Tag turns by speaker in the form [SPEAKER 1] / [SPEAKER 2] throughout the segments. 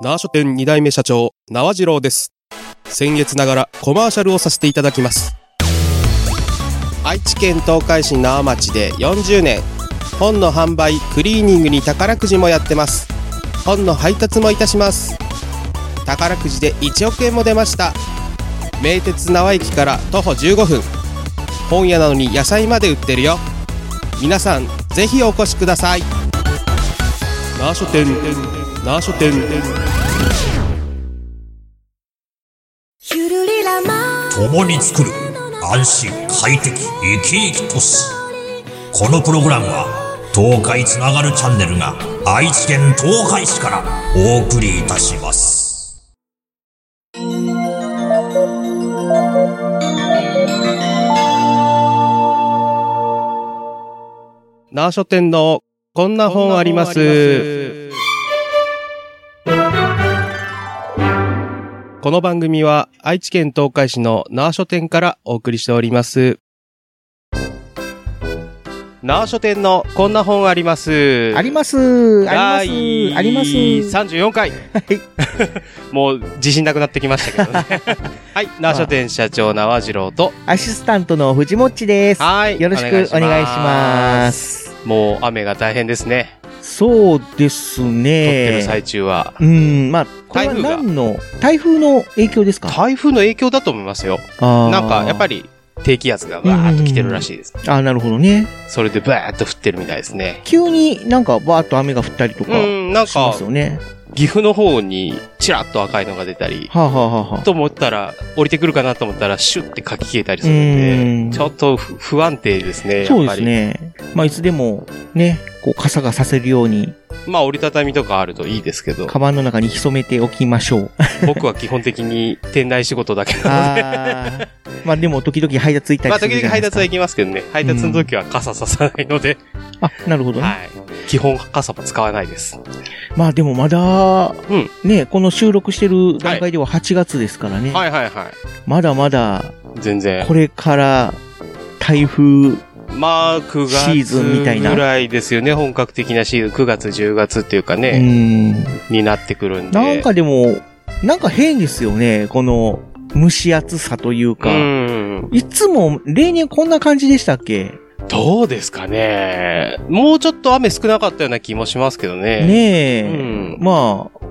[SPEAKER 1] 縄書店2代目社長、縄次郎です。先月ながらコマーシャルをさせていただきます。愛知県東海市縄町で40年、本の販売、クリーニングに宝くじもやってます。本の配達もいたします。宝くじで1億円も出ました。名鉄縄駅から徒歩15分。本屋なのに野菜まで売ってるよ。皆さん、ぜひお越しください。縄書店、縄書店。
[SPEAKER 2] ゆるりらま
[SPEAKER 3] 共に作る安心快適生き生き都市このプログラムは東海つながるチャンネルが愛知県東海市からお送りいたします
[SPEAKER 1] 縄書店のこんな本あります。この番組は愛知県東海市の縄書店からお送りしております。縄書店のこんな本あります。
[SPEAKER 4] あります。あ
[SPEAKER 1] 第
[SPEAKER 4] ります。あります。
[SPEAKER 1] 34回。 もう自信なくなってきましたけどね。 はい。縄書店社長縄次郎と。
[SPEAKER 4] アシスタントの藤もっちです。
[SPEAKER 1] はい
[SPEAKER 4] よろしくお願いしま。す。
[SPEAKER 1] もう雨が大変ですね。
[SPEAKER 4] そうです
[SPEAKER 1] 撮ってる
[SPEAKER 4] ね。
[SPEAKER 1] 最中は。
[SPEAKER 4] うん、まあ、これは
[SPEAKER 1] 台風が
[SPEAKER 4] 何の、台風の影響ですか
[SPEAKER 1] 台風の影響だと思いますよ。な
[SPEAKER 4] なん
[SPEAKER 1] か、やっぱ
[SPEAKER 4] り。
[SPEAKER 1] り、低気圧がわーっと来てるらしいです。
[SPEAKER 4] あーなるほどね。
[SPEAKER 1] それでバーっと降ってるみたいですね。
[SPEAKER 4] 急になんかバーッと雨が降ったりとか
[SPEAKER 1] う
[SPEAKER 4] し
[SPEAKER 1] ん、なん
[SPEAKER 4] ま
[SPEAKER 1] か
[SPEAKER 4] す、よね。
[SPEAKER 1] 岐阜の方に、ちらっと赤いのが出たり、
[SPEAKER 4] はあ、はあはあはあ、
[SPEAKER 1] と思ったら、降りてくるかなと思ったら、シュッてかき消えたりする
[SPEAKER 4] うんん
[SPEAKER 1] で、ちょっと不不安定ですね、やっ
[SPEAKER 4] そうで
[SPEAKER 1] ぱ
[SPEAKER 4] す
[SPEAKER 1] り。
[SPEAKER 4] ね。まあ、いつでも、ね、こう、傘がさせるように、
[SPEAKER 1] まあ、折りたたみとかあるといいですけど、
[SPEAKER 4] カバンの中に潜めておきましょう。
[SPEAKER 1] 僕は基本的に店内仕事だけなので、
[SPEAKER 4] ああ。まあでも時々配達行っ た
[SPEAKER 1] まあ、
[SPEAKER 4] りする
[SPEAKER 1] 時
[SPEAKER 4] じ
[SPEAKER 1] 々
[SPEAKER 4] ゃな
[SPEAKER 1] 配
[SPEAKER 4] いです
[SPEAKER 1] 達
[SPEAKER 4] か。
[SPEAKER 1] は行きますけどね、配達の時は傘ささないので、
[SPEAKER 4] あ、なるほどね。
[SPEAKER 1] はい。基本傘も使わないです。
[SPEAKER 4] まあでもまだ、
[SPEAKER 1] ん
[SPEAKER 4] ね、この収録してる段階では8月ですからね。
[SPEAKER 1] はいはいは
[SPEAKER 4] まだまだ、
[SPEAKER 1] い。全然。
[SPEAKER 4] これから、台風、
[SPEAKER 1] まあ、9月
[SPEAKER 4] シーズンみたいな
[SPEAKER 1] ぐらいですよね、本格的なシーズン。9月、10月っていうか
[SPEAKER 4] う
[SPEAKER 1] ね、
[SPEAKER 4] ん。
[SPEAKER 1] になってくるんで。
[SPEAKER 4] なんかでも、なんか変ですよね。この、蒸し暑さという
[SPEAKER 1] う
[SPEAKER 4] か。
[SPEAKER 1] ん。
[SPEAKER 4] いつも、例年こんな感じでしたっけ
[SPEAKER 1] どうですかね。もうちょっと雨少なかったような気もしますけどね。
[SPEAKER 4] ねえ。
[SPEAKER 1] うん
[SPEAKER 4] まあ、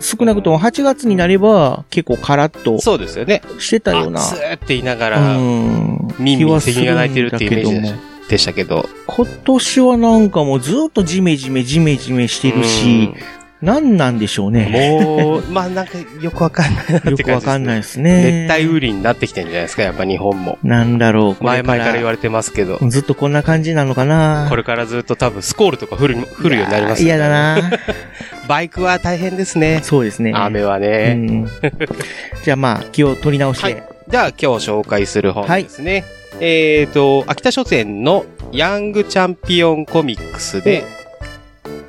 [SPEAKER 4] 少なくとも8月になれば、結構カラッと
[SPEAKER 1] そうですよね。
[SPEAKER 4] してたような。
[SPEAKER 1] 暑いって言いながら、
[SPEAKER 4] うん
[SPEAKER 1] ミンミ
[SPEAKER 4] 気
[SPEAKER 1] ン
[SPEAKER 4] はす
[SPEAKER 1] 敵
[SPEAKER 4] るん
[SPEAKER 1] が
[SPEAKER 4] だ
[SPEAKER 1] 泣いてるっていうイメージ
[SPEAKER 4] け
[SPEAKER 1] で
[SPEAKER 4] ど
[SPEAKER 1] し
[SPEAKER 4] も
[SPEAKER 1] でしたけど。
[SPEAKER 4] 今年はなんかもうずっとジメジメジメジメしてるし、何なんでしょう
[SPEAKER 1] うん、
[SPEAKER 4] ね。
[SPEAKER 1] もう、まあなんかよくわかんないなって感
[SPEAKER 4] よ
[SPEAKER 1] じです、
[SPEAKER 4] く
[SPEAKER 1] ね。
[SPEAKER 4] わかんないで
[SPEAKER 1] 熱
[SPEAKER 4] すね。
[SPEAKER 1] 帯雨林になってきてるんじゃないですか、やっぱ日本も。
[SPEAKER 4] なんだろう、こ
[SPEAKER 1] 前
[SPEAKER 4] れ
[SPEAKER 1] 々
[SPEAKER 4] か
[SPEAKER 1] から言わ
[SPEAKER 4] ら。
[SPEAKER 1] れてますけど。
[SPEAKER 4] ずっとこんな感じなのかな
[SPEAKER 1] これからずっと多分スコールとか降る、降るようになりますよね
[SPEAKER 4] 嫌だな
[SPEAKER 1] バイクは大変ですね。
[SPEAKER 4] そうですね。
[SPEAKER 1] 雨は
[SPEAKER 4] う
[SPEAKER 1] ね。
[SPEAKER 4] ん。じゃあまあ、気を取り直し
[SPEAKER 1] はい
[SPEAKER 4] て。
[SPEAKER 1] じゃあ今日紹介する本ですね。えっ、と、秋田書店のヤングチャンピオンコミックスで、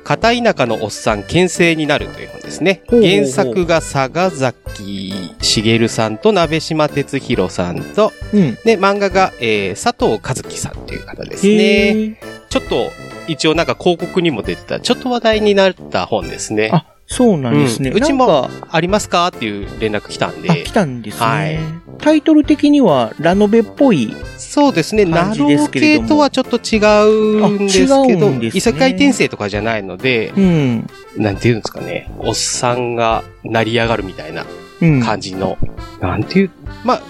[SPEAKER 1] 片田舎のおっさん牽制になるという本ですね。
[SPEAKER 4] ほうほうほう
[SPEAKER 1] 原作が佐賀崎茂さんと鍋島哲弘さんと、
[SPEAKER 4] うん。
[SPEAKER 1] で、漫画が、えー佐藤和樹さんという方です
[SPEAKER 4] へ
[SPEAKER 1] ね。
[SPEAKER 4] ー
[SPEAKER 1] ちょっと、一応なんか広告にも出てた、ちょっと話題になった本ですね。あ
[SPEAKER 4] あ、そうなんですね。
[SPEAKER 1] うんうちも
[SPEAKER 4] なんか
[SPEAKER 1] りますかっていう連絡来たんで。
[SPEAKER 4] あ、来たんです
[SPEAKER 1] はい
[SPEAKER 4] ね。タイトル的には、ラノベっぽい。
[SPEAKER 1] そうですね。ナ
[SPEAKER 4] 感
[SPEAKER 1] ロ
[SPEAKER 4] じです
[SPEAKER 1] ー
[SPEAKER 4] けれ
[SPEAKER 1] 系
[SPEAKER 4] ども
[SPEAKER 1] とはちょっと違うんです
[SPEAKER 4] あ
[SPEAKER 1] け
[SPEAKER 4] 違
[SPEAKER 1] ど、
[SPEAKER 4] うんですね
[SPEAKER 1] 異世界転生とかじゃないので、
[SPEAKER 4] うん。
[SPEAKER 1] なんていうんですかね、おっさんが成り上がるみたいな
[SPEAKER 4] うん。
[SPEAKER 1] 感じの、なんていう、まあ、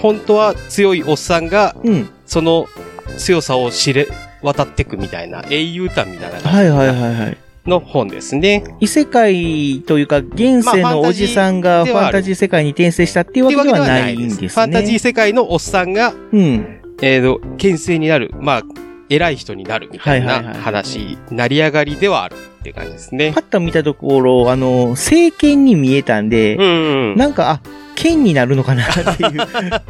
[SPEAKER 1] 本当は強いおっさんが、
[SPEAKER 4] うん。
[SPEAKER 1] その強さを知れ、渡ってくみたいな、英雄歌みたいな
[SPEAKER 4] は
[SPEAKER 1] 感
[SPEAKER 4] いはいはいはい。
[SPEAKER 1] じの本ですね。
[SPEAKER 4] 異世界というか、現世のおじさんがフ
[SPEAKER 1] まあファンタジーではある
[SPEAKER 4] ァンタジー世界に転生したっていう
[SPEAKER 1] っ
[SPEAKER 4] わ
[SPEAKER 1] て
[SPEAKER 4] け
[SPEAKER 1] わけで
[SPEAKER 4] では
[SPEAKER 1] はな
[SPEAKER 4] ないいん
[SPEAKER 1] で。
[SPEAKER 4] ですすね。
[SPEAKER 1] ファンタジー世界のおっさんが、
[SPEAKER 4] うん。
[SPEAKER 1] えーと、牽制になる、まあ、偉い人になるみたい
[SPEAKER 4] は
[SPEAKER 1] ない
[SPEAKER 4] はいはい
[SPEAKER 1] 話、成り上がりではあるって感じですね。
[SPEAKER 4] パッと見たところ、あの、聖剣に見えたんで、
[SPEAKER 1] うん、うん。
[SPEAKER 4] なんか、あ、剣になるのかな っていう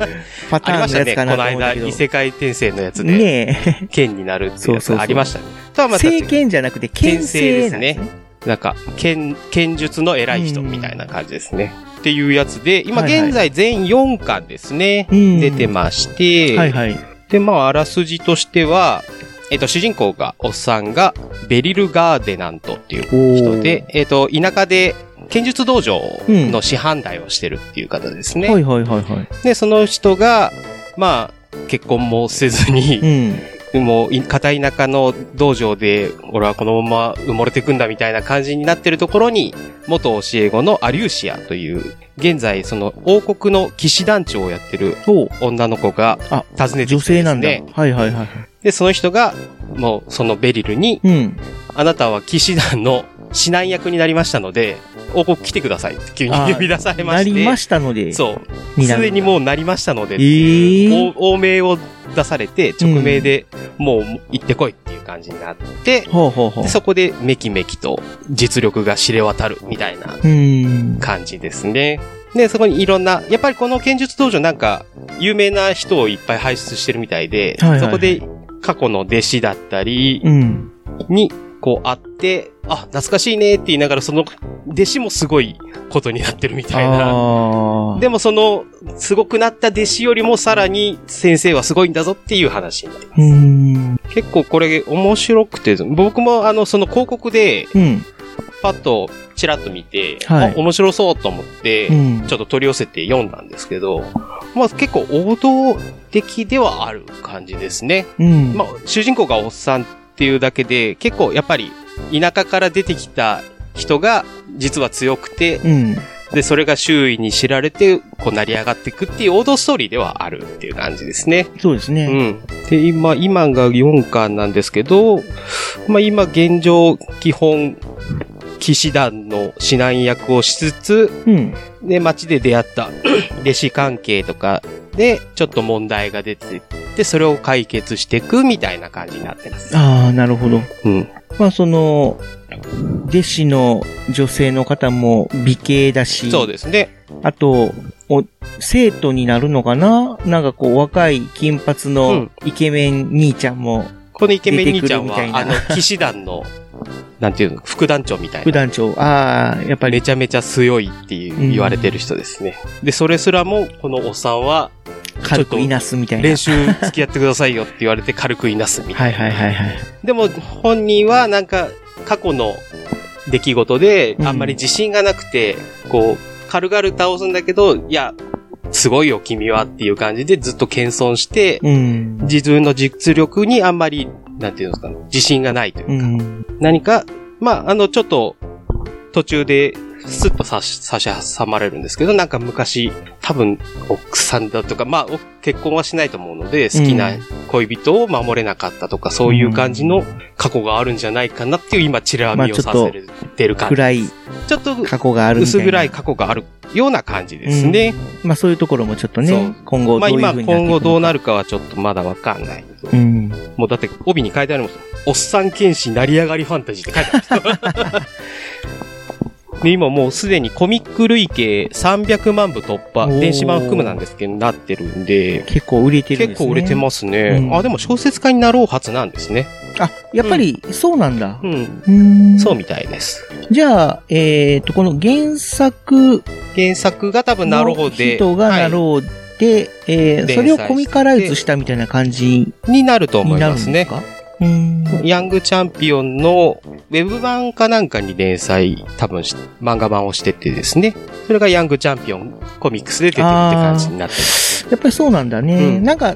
[SPEAKER 4] パ
[SPEAKER 1] あ
[SPEAKER 4] タ
[SPEAKER 1] り
[SPEAKER 4] ー
[SPEAKER 1] ま
[SPEAKER 4] ン
[SPEAKER 1] し
[SPEAKER 4] の
[SPEAKER 1] た
[SPEAKER 4] や
[SPEAKER 1] ね。こ
[SPEAKER 4] つか
[SPEAKER 1] の
[SPEAKER 4] なと思った
[SPEAKER 1] 間、
[SPEAKER 4] けど。
[SPEAKER 1] 異世界転生のやつで、
[SPEAKER 4] ねえ。
[SPEAKER 1] 剣になるってや
[SPEAKER 4] そうそう
[SPEAKER 1] つ
[SPEAKER 4] そう
[SPEAKER 1] ありましたね。とはまた、
[SPEAKER 4] 聖剣じゃなくて、剣聖なんですね。
[SPEAKER 1] なんか、剣、剣術の偉い人みたいな感じですね。っていうやつで、今
[SPEAKER 4] はいはい
[SPEAKER 1] 現在全4巻ですね。
[SPEAKER 4] うん
[SPEAKER 1] 出てまして、
[SPEAKER 4] はいはい。
[SPEAKER 1] で、まあ、あらすじとしては、えっと、主人公が、おっさんが、ベリル・ガーデナントっていう人で、えっと、田舎で剣術道場
[SPEAKER 4] うん
[SPEAKER 1] の師範代をしてるっていう方ですね。
[SPEAKER 4] はいはいはいはい。
[SPEAKER 1] で、その人が、まあ、結婚もせず
[SPEAKER 4] う
[SPEAKER 1] に、
[SPEAKER 4] ん。
[SPEAKER 1] もうい、片田舎の道場で、俺はこのまま埋もれてくんだみたいな感じになってるところに、元教え子のアリューシアという、現在、その、王国の騎士団長をやってる
[SPEAKER 4] そう。
[SPEAKER 1] 女の子が、
[SPEAKER 4] あ、
[SPEAKER 1] 訪ねてきてですね
[SPEAKER 4] 女性なんだ。はいはいはい。
[SPEAKER 1] で、その人が、もう、そのベリルに、
[SPEAKER 4] うん。
[SPEAKER 1] あなたは騎士団の指南役になりましたので、王国来てくださいって急に
[SPEAKER 4] あー
[SPEAKER 1] 呼び出されま
[SPEAKER 4] な
[SPEAKER 1] して。
[SPEAKER 4] りましたので。
[SPEAKER 1] そう。
[SPEAKER 4] に
[SPEAKER 1] す
[SPEAKER 4] なる
[SPEAKER 1] でにもうなりましたので、
[SPEAKER 4] えー
[SPEAKER 1] お王名を出されて、直名でもう行ってこいっていう感じになって、
[SPEAKER 4] ほうほうほう
[SPEAKER 1] で。そこでメキメキと実力が知れ渡るみたいな
[SPEAKER 4] うーん。
[SPEAKER 1] 感じですね。で、そこにいろんな、やっぱりこの剣術道場なんか、有名な人をいっぱい輩出してるみたいで、
[SPEAKER 4] はいはいは
[SPEAKER 1] そ
[SPEAKER 4] い
[SPEAKER 1] こで過去の弟子だったり
[SPEAKER 4] うん。
[SPEAKER 1] に、こう会って、あ、懐かしいねって言いながら、その弟子もすごいことになってるみたいな。
[SPEAKER 4] ああ。
[SPEAKER 1] でもその、すごくなった弟子よりもさらに先生はすごいんだぞっていう話になる。
[SPEAKER 4] うーん。
[SPEAKER 1] 結構これ面白くて、僕もあの、その広告で、
[SPEAKER 4] うん。
[SPEAKER 1] パッとチラッと見て、
[SPEAKER 4] はい
[SPEAKER 1] あ面白そうと思って、
[SPEAKER 4] うん
[SPEAKER 1] ちょっと取り寄せて読んだんですけど、まあ結構王道的ではある感じですね。
[SPEAKER 4] うん。
[SPEAKER 1] まあ、主人公がおっさんっていうだけで、結構やっぱり田舎から出てきた人が実は強くて、
[SPEAKER 4] うん。
[SPEAKER 1] で、それが周囲に知られて、こう、成り上がっていくっていう王道ストーリーではあるっていう感じですね。
[SPEAKER 4] そうです
[SPEAKER 1] う
[SPEAKER 4] ね。
[SPEAKER 1] ん。で、今、今が4巻なんですけど、まあ今現状、基本、騎士団の指南役をしつつ、
[SPEAKER 4] うん。
[SPEAKER 1] で、街で出会った 弟子関係とかで、ちょっと問題が出てで、それを解決していくみたいな感じになってます。
[SPEAKER 4] ああ、なるほど。
[SPEAKER 1] うん。
[SPEAKER 4] まあその、弟子の女性の方も美形だし。
[SPEAKER 1] そうですね。
[SPEAKER 4] あと、お、生徒になるのかななんかこう、若い金髪
[SPEAKER 1] う
[SPEAKER 4] の
[SPEAKER 1] ん
[SPEAKER 4] イケメン兄ちゃんも、
[SPEAKER 1] このイケメン兄ちゃんは
[SPEAKER 4] 出てくるみ、た
[SPEAKER 1] あ
[SPEAKER 4] いな
[SPEAKER 1] の、騎士団の、 なんていうの、副団長みたいな
[SPEAKER 4] 副。団長、ああ、やっぱり
[SPEAKER 1] め、ちゃめちゃ強いっていう言われてる人ですね。で、それすらも、このおっさんは、
[SPEAKER 4] 軽くいなすみたいな
[SPEAKER 1] 練。習付き合ってくださいよって言われて軽くいなすみた
[SPEAKER 4] はいい
[SPEAKER 1] な。
[SPEAKER 4] はいはいはい。
[SPEAKER 1] でも、本人はなんか、過去の出来事で、
[SPEAKER 4] うん
[SPEAKER 1] あんまり自信がなくて、こう、軽々倒すんだけど、いや、すごいよ、君はっていう感じでずっと謙遜して、
[SPEAKER 4] うん。
[SPEAKER 1] 自分の実力にあんまり、なんていうんですかね、自信がないという
[SPEAKER 4] う
[SPEAKER 1] か、
[SPEAKER 4] ん。
[SPEAKER 1] 何か、まあ、あの、ちょっと、途中で、スッと差し、差し挟まれるんですけど、なんか昔、多分、奥さんだとか、まあ、お結婚はしないと思うので、好きな
[SPEAKER 4] うん
[SPEAKER 1] 恋人を守れなかったとか、そういう感じの過去があるんじゃないかなっていう、今、チラ見をさせれてる感じ。
[SPEAKER 4] 暗い
[SPEAKER 1] ちょっと、
[SPEAKER 4] 過去があるみたいな。
[SPEAKER 1] 薄暗い過去があるような感じですね。
[SPEAKER 4] まあそういうところもちょっと
[SPEAKER 1] そう
[SPEAKER 4] ね、今後ど
[SPEAKER 1] まあ、
[SPEAKER 4] ういう
[SPEAKER 1] 今、
[SPEAKER 4] ふうになっていくのか。
[SPEAKER 1] 今後どうなるかはちょっとまだわかんない。
[SPEAKER 4] うん。
[SPEAKER 1] もうだって、帯に書いてあるもん。おっさん剣士成り上がりファンタジーって書いてある。 で、今もうすでにコミック累計300万部突破
[SPEAKER 4] お、ー
[SPEAKER 1] 電子版含むなんですけど、なってるんで、
[SPEAKER 4] 結構売れてるんで
[SPEAKER 1] 結
[SPEAKER 4] すね。
[SPEAKER 1] 構売れてますね。
[SPEAKER 4] うん
[SPEAKER 1] あ、でも小説家になろうはずなんですね。
[SPEAKER 4] す。あ、やっぱり、そうなんだ
[SPEAKER 1] う。ん。
[SPEAKER 4] うん。
[SPEAKER 1] そうみたいです。
[SPEAKER 4] じゃあ、えっと、この原作
[SPEAKER 1] 原作が多分なろう
[SPEAKER 4] の
[SPEAKER 1] で、
[SPEAKER 4] 人がな
[SPEAKER 1] は
[SPEAKER 4] ろうで、え
[SPEAKER 1] 連載し
[SPEAKER 4] ー
[SPEAKER 1] て
[SPEAKER 4] それをコミカライズしたみたいな感じ
[SPEAKER 1] いになると思
[SPEAKER 4] に
[SPEAKER 1] い
[SPEAKER 4] な
[SPEAKER 1] ま
[SPEAKER 4] るんですす
[SPEAKER 1] ね。
[SPEAKER 4] かうん。
[SPEAKER 1] ヤングチャンピオンのウェブ版かなんかに連載、多分し漫画版をしててですね。それがヤングチャンピオンコミックスで出てるって感じになってます。
[SPEAKER 4] やっぱりそうなんだね。
[SPEAKER 1] うん
[SPEAKER 4] なんか、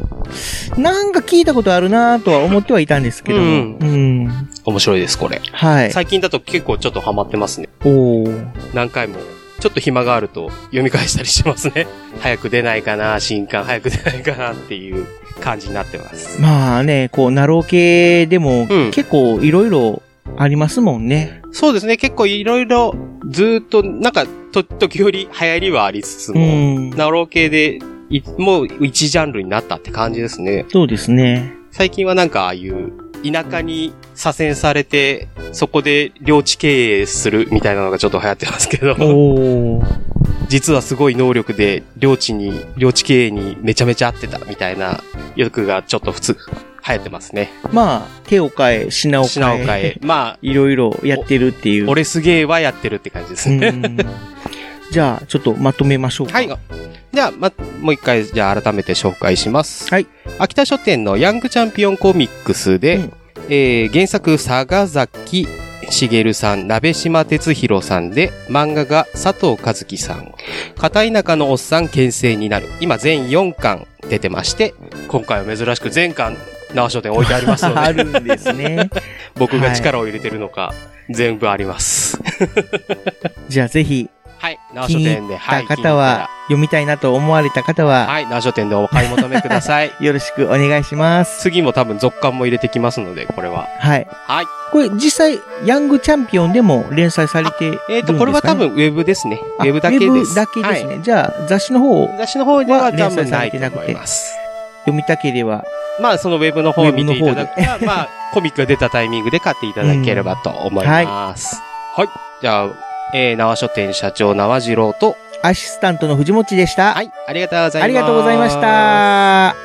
[SPEAKER 4] なんか聞いたことあるなとは思ってはいたんですけども。
[SPEAKER 1] うん
[SPEAKER 4] うん。
[SPEAKER 1] 面白いです、これ。
[SPEAKER 4] はい。
[SPEAKER 1] 最近だと結構ちょっとハマってますね。
[SPEAKER 4] おー
[SPEAKER 1] 何回も。ちょっと暇があると読み返したりしてますね。 早く出ないかな、新刊早く出ないかなっていう感じになってます。
[SPEAKER 4] まあね、こう、ナロー系でも
[SPEAKER 1] うん
[SPEAKER 4] 結構いろいろありますもんね。
[SPEAKER 1] そうですね、結構いろいろずーっと、なんか、と、時折流行りはありつつ
[SPEAKER 4] う
[SPEAKER 1] も、
[SPEAKER 4] ん。
[SPEAKER 1] ナロー系で、いもう一ジャンルになったって感じですね。
[SPEAKER 4] そうですね。
[SPEAKER 1] 最近はなんかああいう田舎に左遷されて、そこで領地経営するみたいなのがちょっと流行ってますけど、
[SPEAKER 4] おー
[SPEAKER 1] 実はすごい能力で領地に、領地経営にめちゃめちゃ合ってたみたいな欲がちょっと普通、流行ってますね。
[SPEAKER 4] まあ、手を変え、品を変え。
[SPEAKER 1] 品を変え。まあ、
[SPEAKER 4] いろいろやってるっていう。
[SPEAKER 1] 俺すげえはやってるって感じです
[SPEAKER 4] う
[SPEAKER 1] ね。
[SPEAKER 4] ん。じゃあ、ちょっとまとめましょう か。
[SPEAKER 1] はい。じゃあ、ま、もう一回、じゃあ改めて紹介します。
[SPEAKER 4] はい。
[SPEAKER 1] 秋田書店のヤングチャンピオンコミックスで、
[SPEAKER 4] うん
[SPEAKER 1] えー、原作、佐賀崎茂さん、鍋島哲弘さんで、漫画が佐藤和樹さん、片田舎のおっさん牽制になる。今全4巻出てまして、今回は珍しく全巻、縄書店置いてあります ので、
[SPEAKER 4] あるんです ね。
[SPEAKER 1] 僕が力を入れてるのか、全部あります。
[SPEAKER 4] じゃあぜひ、
[SPEAKER 1] はい、縄
[SPEAKER 4] 気
[SPEAKER 1] 書
[SPEAKER 4] に
[SPEAKER 1] 店
[SPEAKER 4] 入
[SPEAKER 1] で、
[SPEAKER 4] っ
[SPEAKER 1] は
[SPEAKER 4] た
[SPEAKER 1] い、気に
[SPEAKER 4] 方
[SPEAKER 1] 入った
[SPEAKER 4] は、読みたいなと思われた方
[SPEAKER 1] ら
[SPEAKER 4] は、
[SPEAKER 1] はい、縄書店でお買い求めください。
[SPEAKER 4] よろしくお願いします。
[SPEAKER 1] 次も多分続刊も入れてきますので、これは。
[SPEAKER 4] はい。
[SPEAKER 1] はい。
[SPEAKER 4] これ実際、ヤングチャンピオンでも連載されているんですか、ね、
[SPEAKER 1] えっ、と、これは多分ウェブですね。ウ
[SPEAKER 4] あ、
[SPEAKER 1] ェブだけです。
[SPEAKER 4] ウェブだけですね。じゃあ、雑誌の方を
[SPEAKER 1] はい。雑誌の方では
[SPEAKER 4] は
[SPEAKER 1] 多
[SPEAKER 4] 連載
[SPEAKER 1] 分
[SPEAKER 4] さ
[SPEAKER 1] な
[SPEAKER 4] れ
[SPEAKER 1] いと
[SPEAKER 4] てなくて
[SPEAKER 1] 思います。
[SPEAKER 4] 読みたければ、
[SPEAKER 1] まあ、そのウェブの方を見ていただくか、まあ、コミックが出たタイミングで買っていただければと思います。はい、じゃあ、えー、縄書店社長縄次郎と、
[SPEAKER 4] アシスタントの藤持でした。
[SPEAKER 1] はい、ありがとうございます。
[SPEAKER 4] ありがとうございまし。た。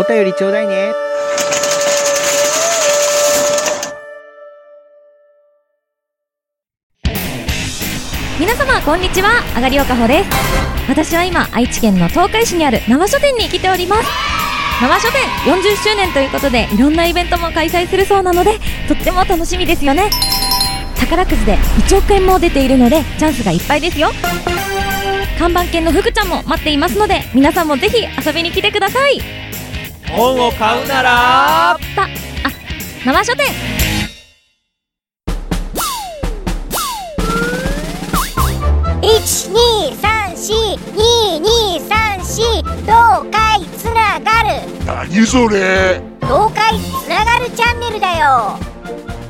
[SPEAKER 4] お便りちょうだいね。
[SPEAKER 5] 皆様こんにちはあがりおかほです私は今愛知県の東海市にある生書店に来ております生書店40周年ということでいろんなイベントも開催するそうなのでとっても楽しみですよね宝くじで1億円も出ているのでチャンスがいっぱいですよ看板犬のふくちゃんも待っていますので皆さんもぜひ遊びに来てください
[SPEAKER 1] 本を買うなら
[SPEAKER 5] たあ生書店
[SPEAKER 2] 一二三四二二三四東海つながる
[SPEAKER 6] 何それ
[SPEAKER 2] 東海つながるチャンネルだよ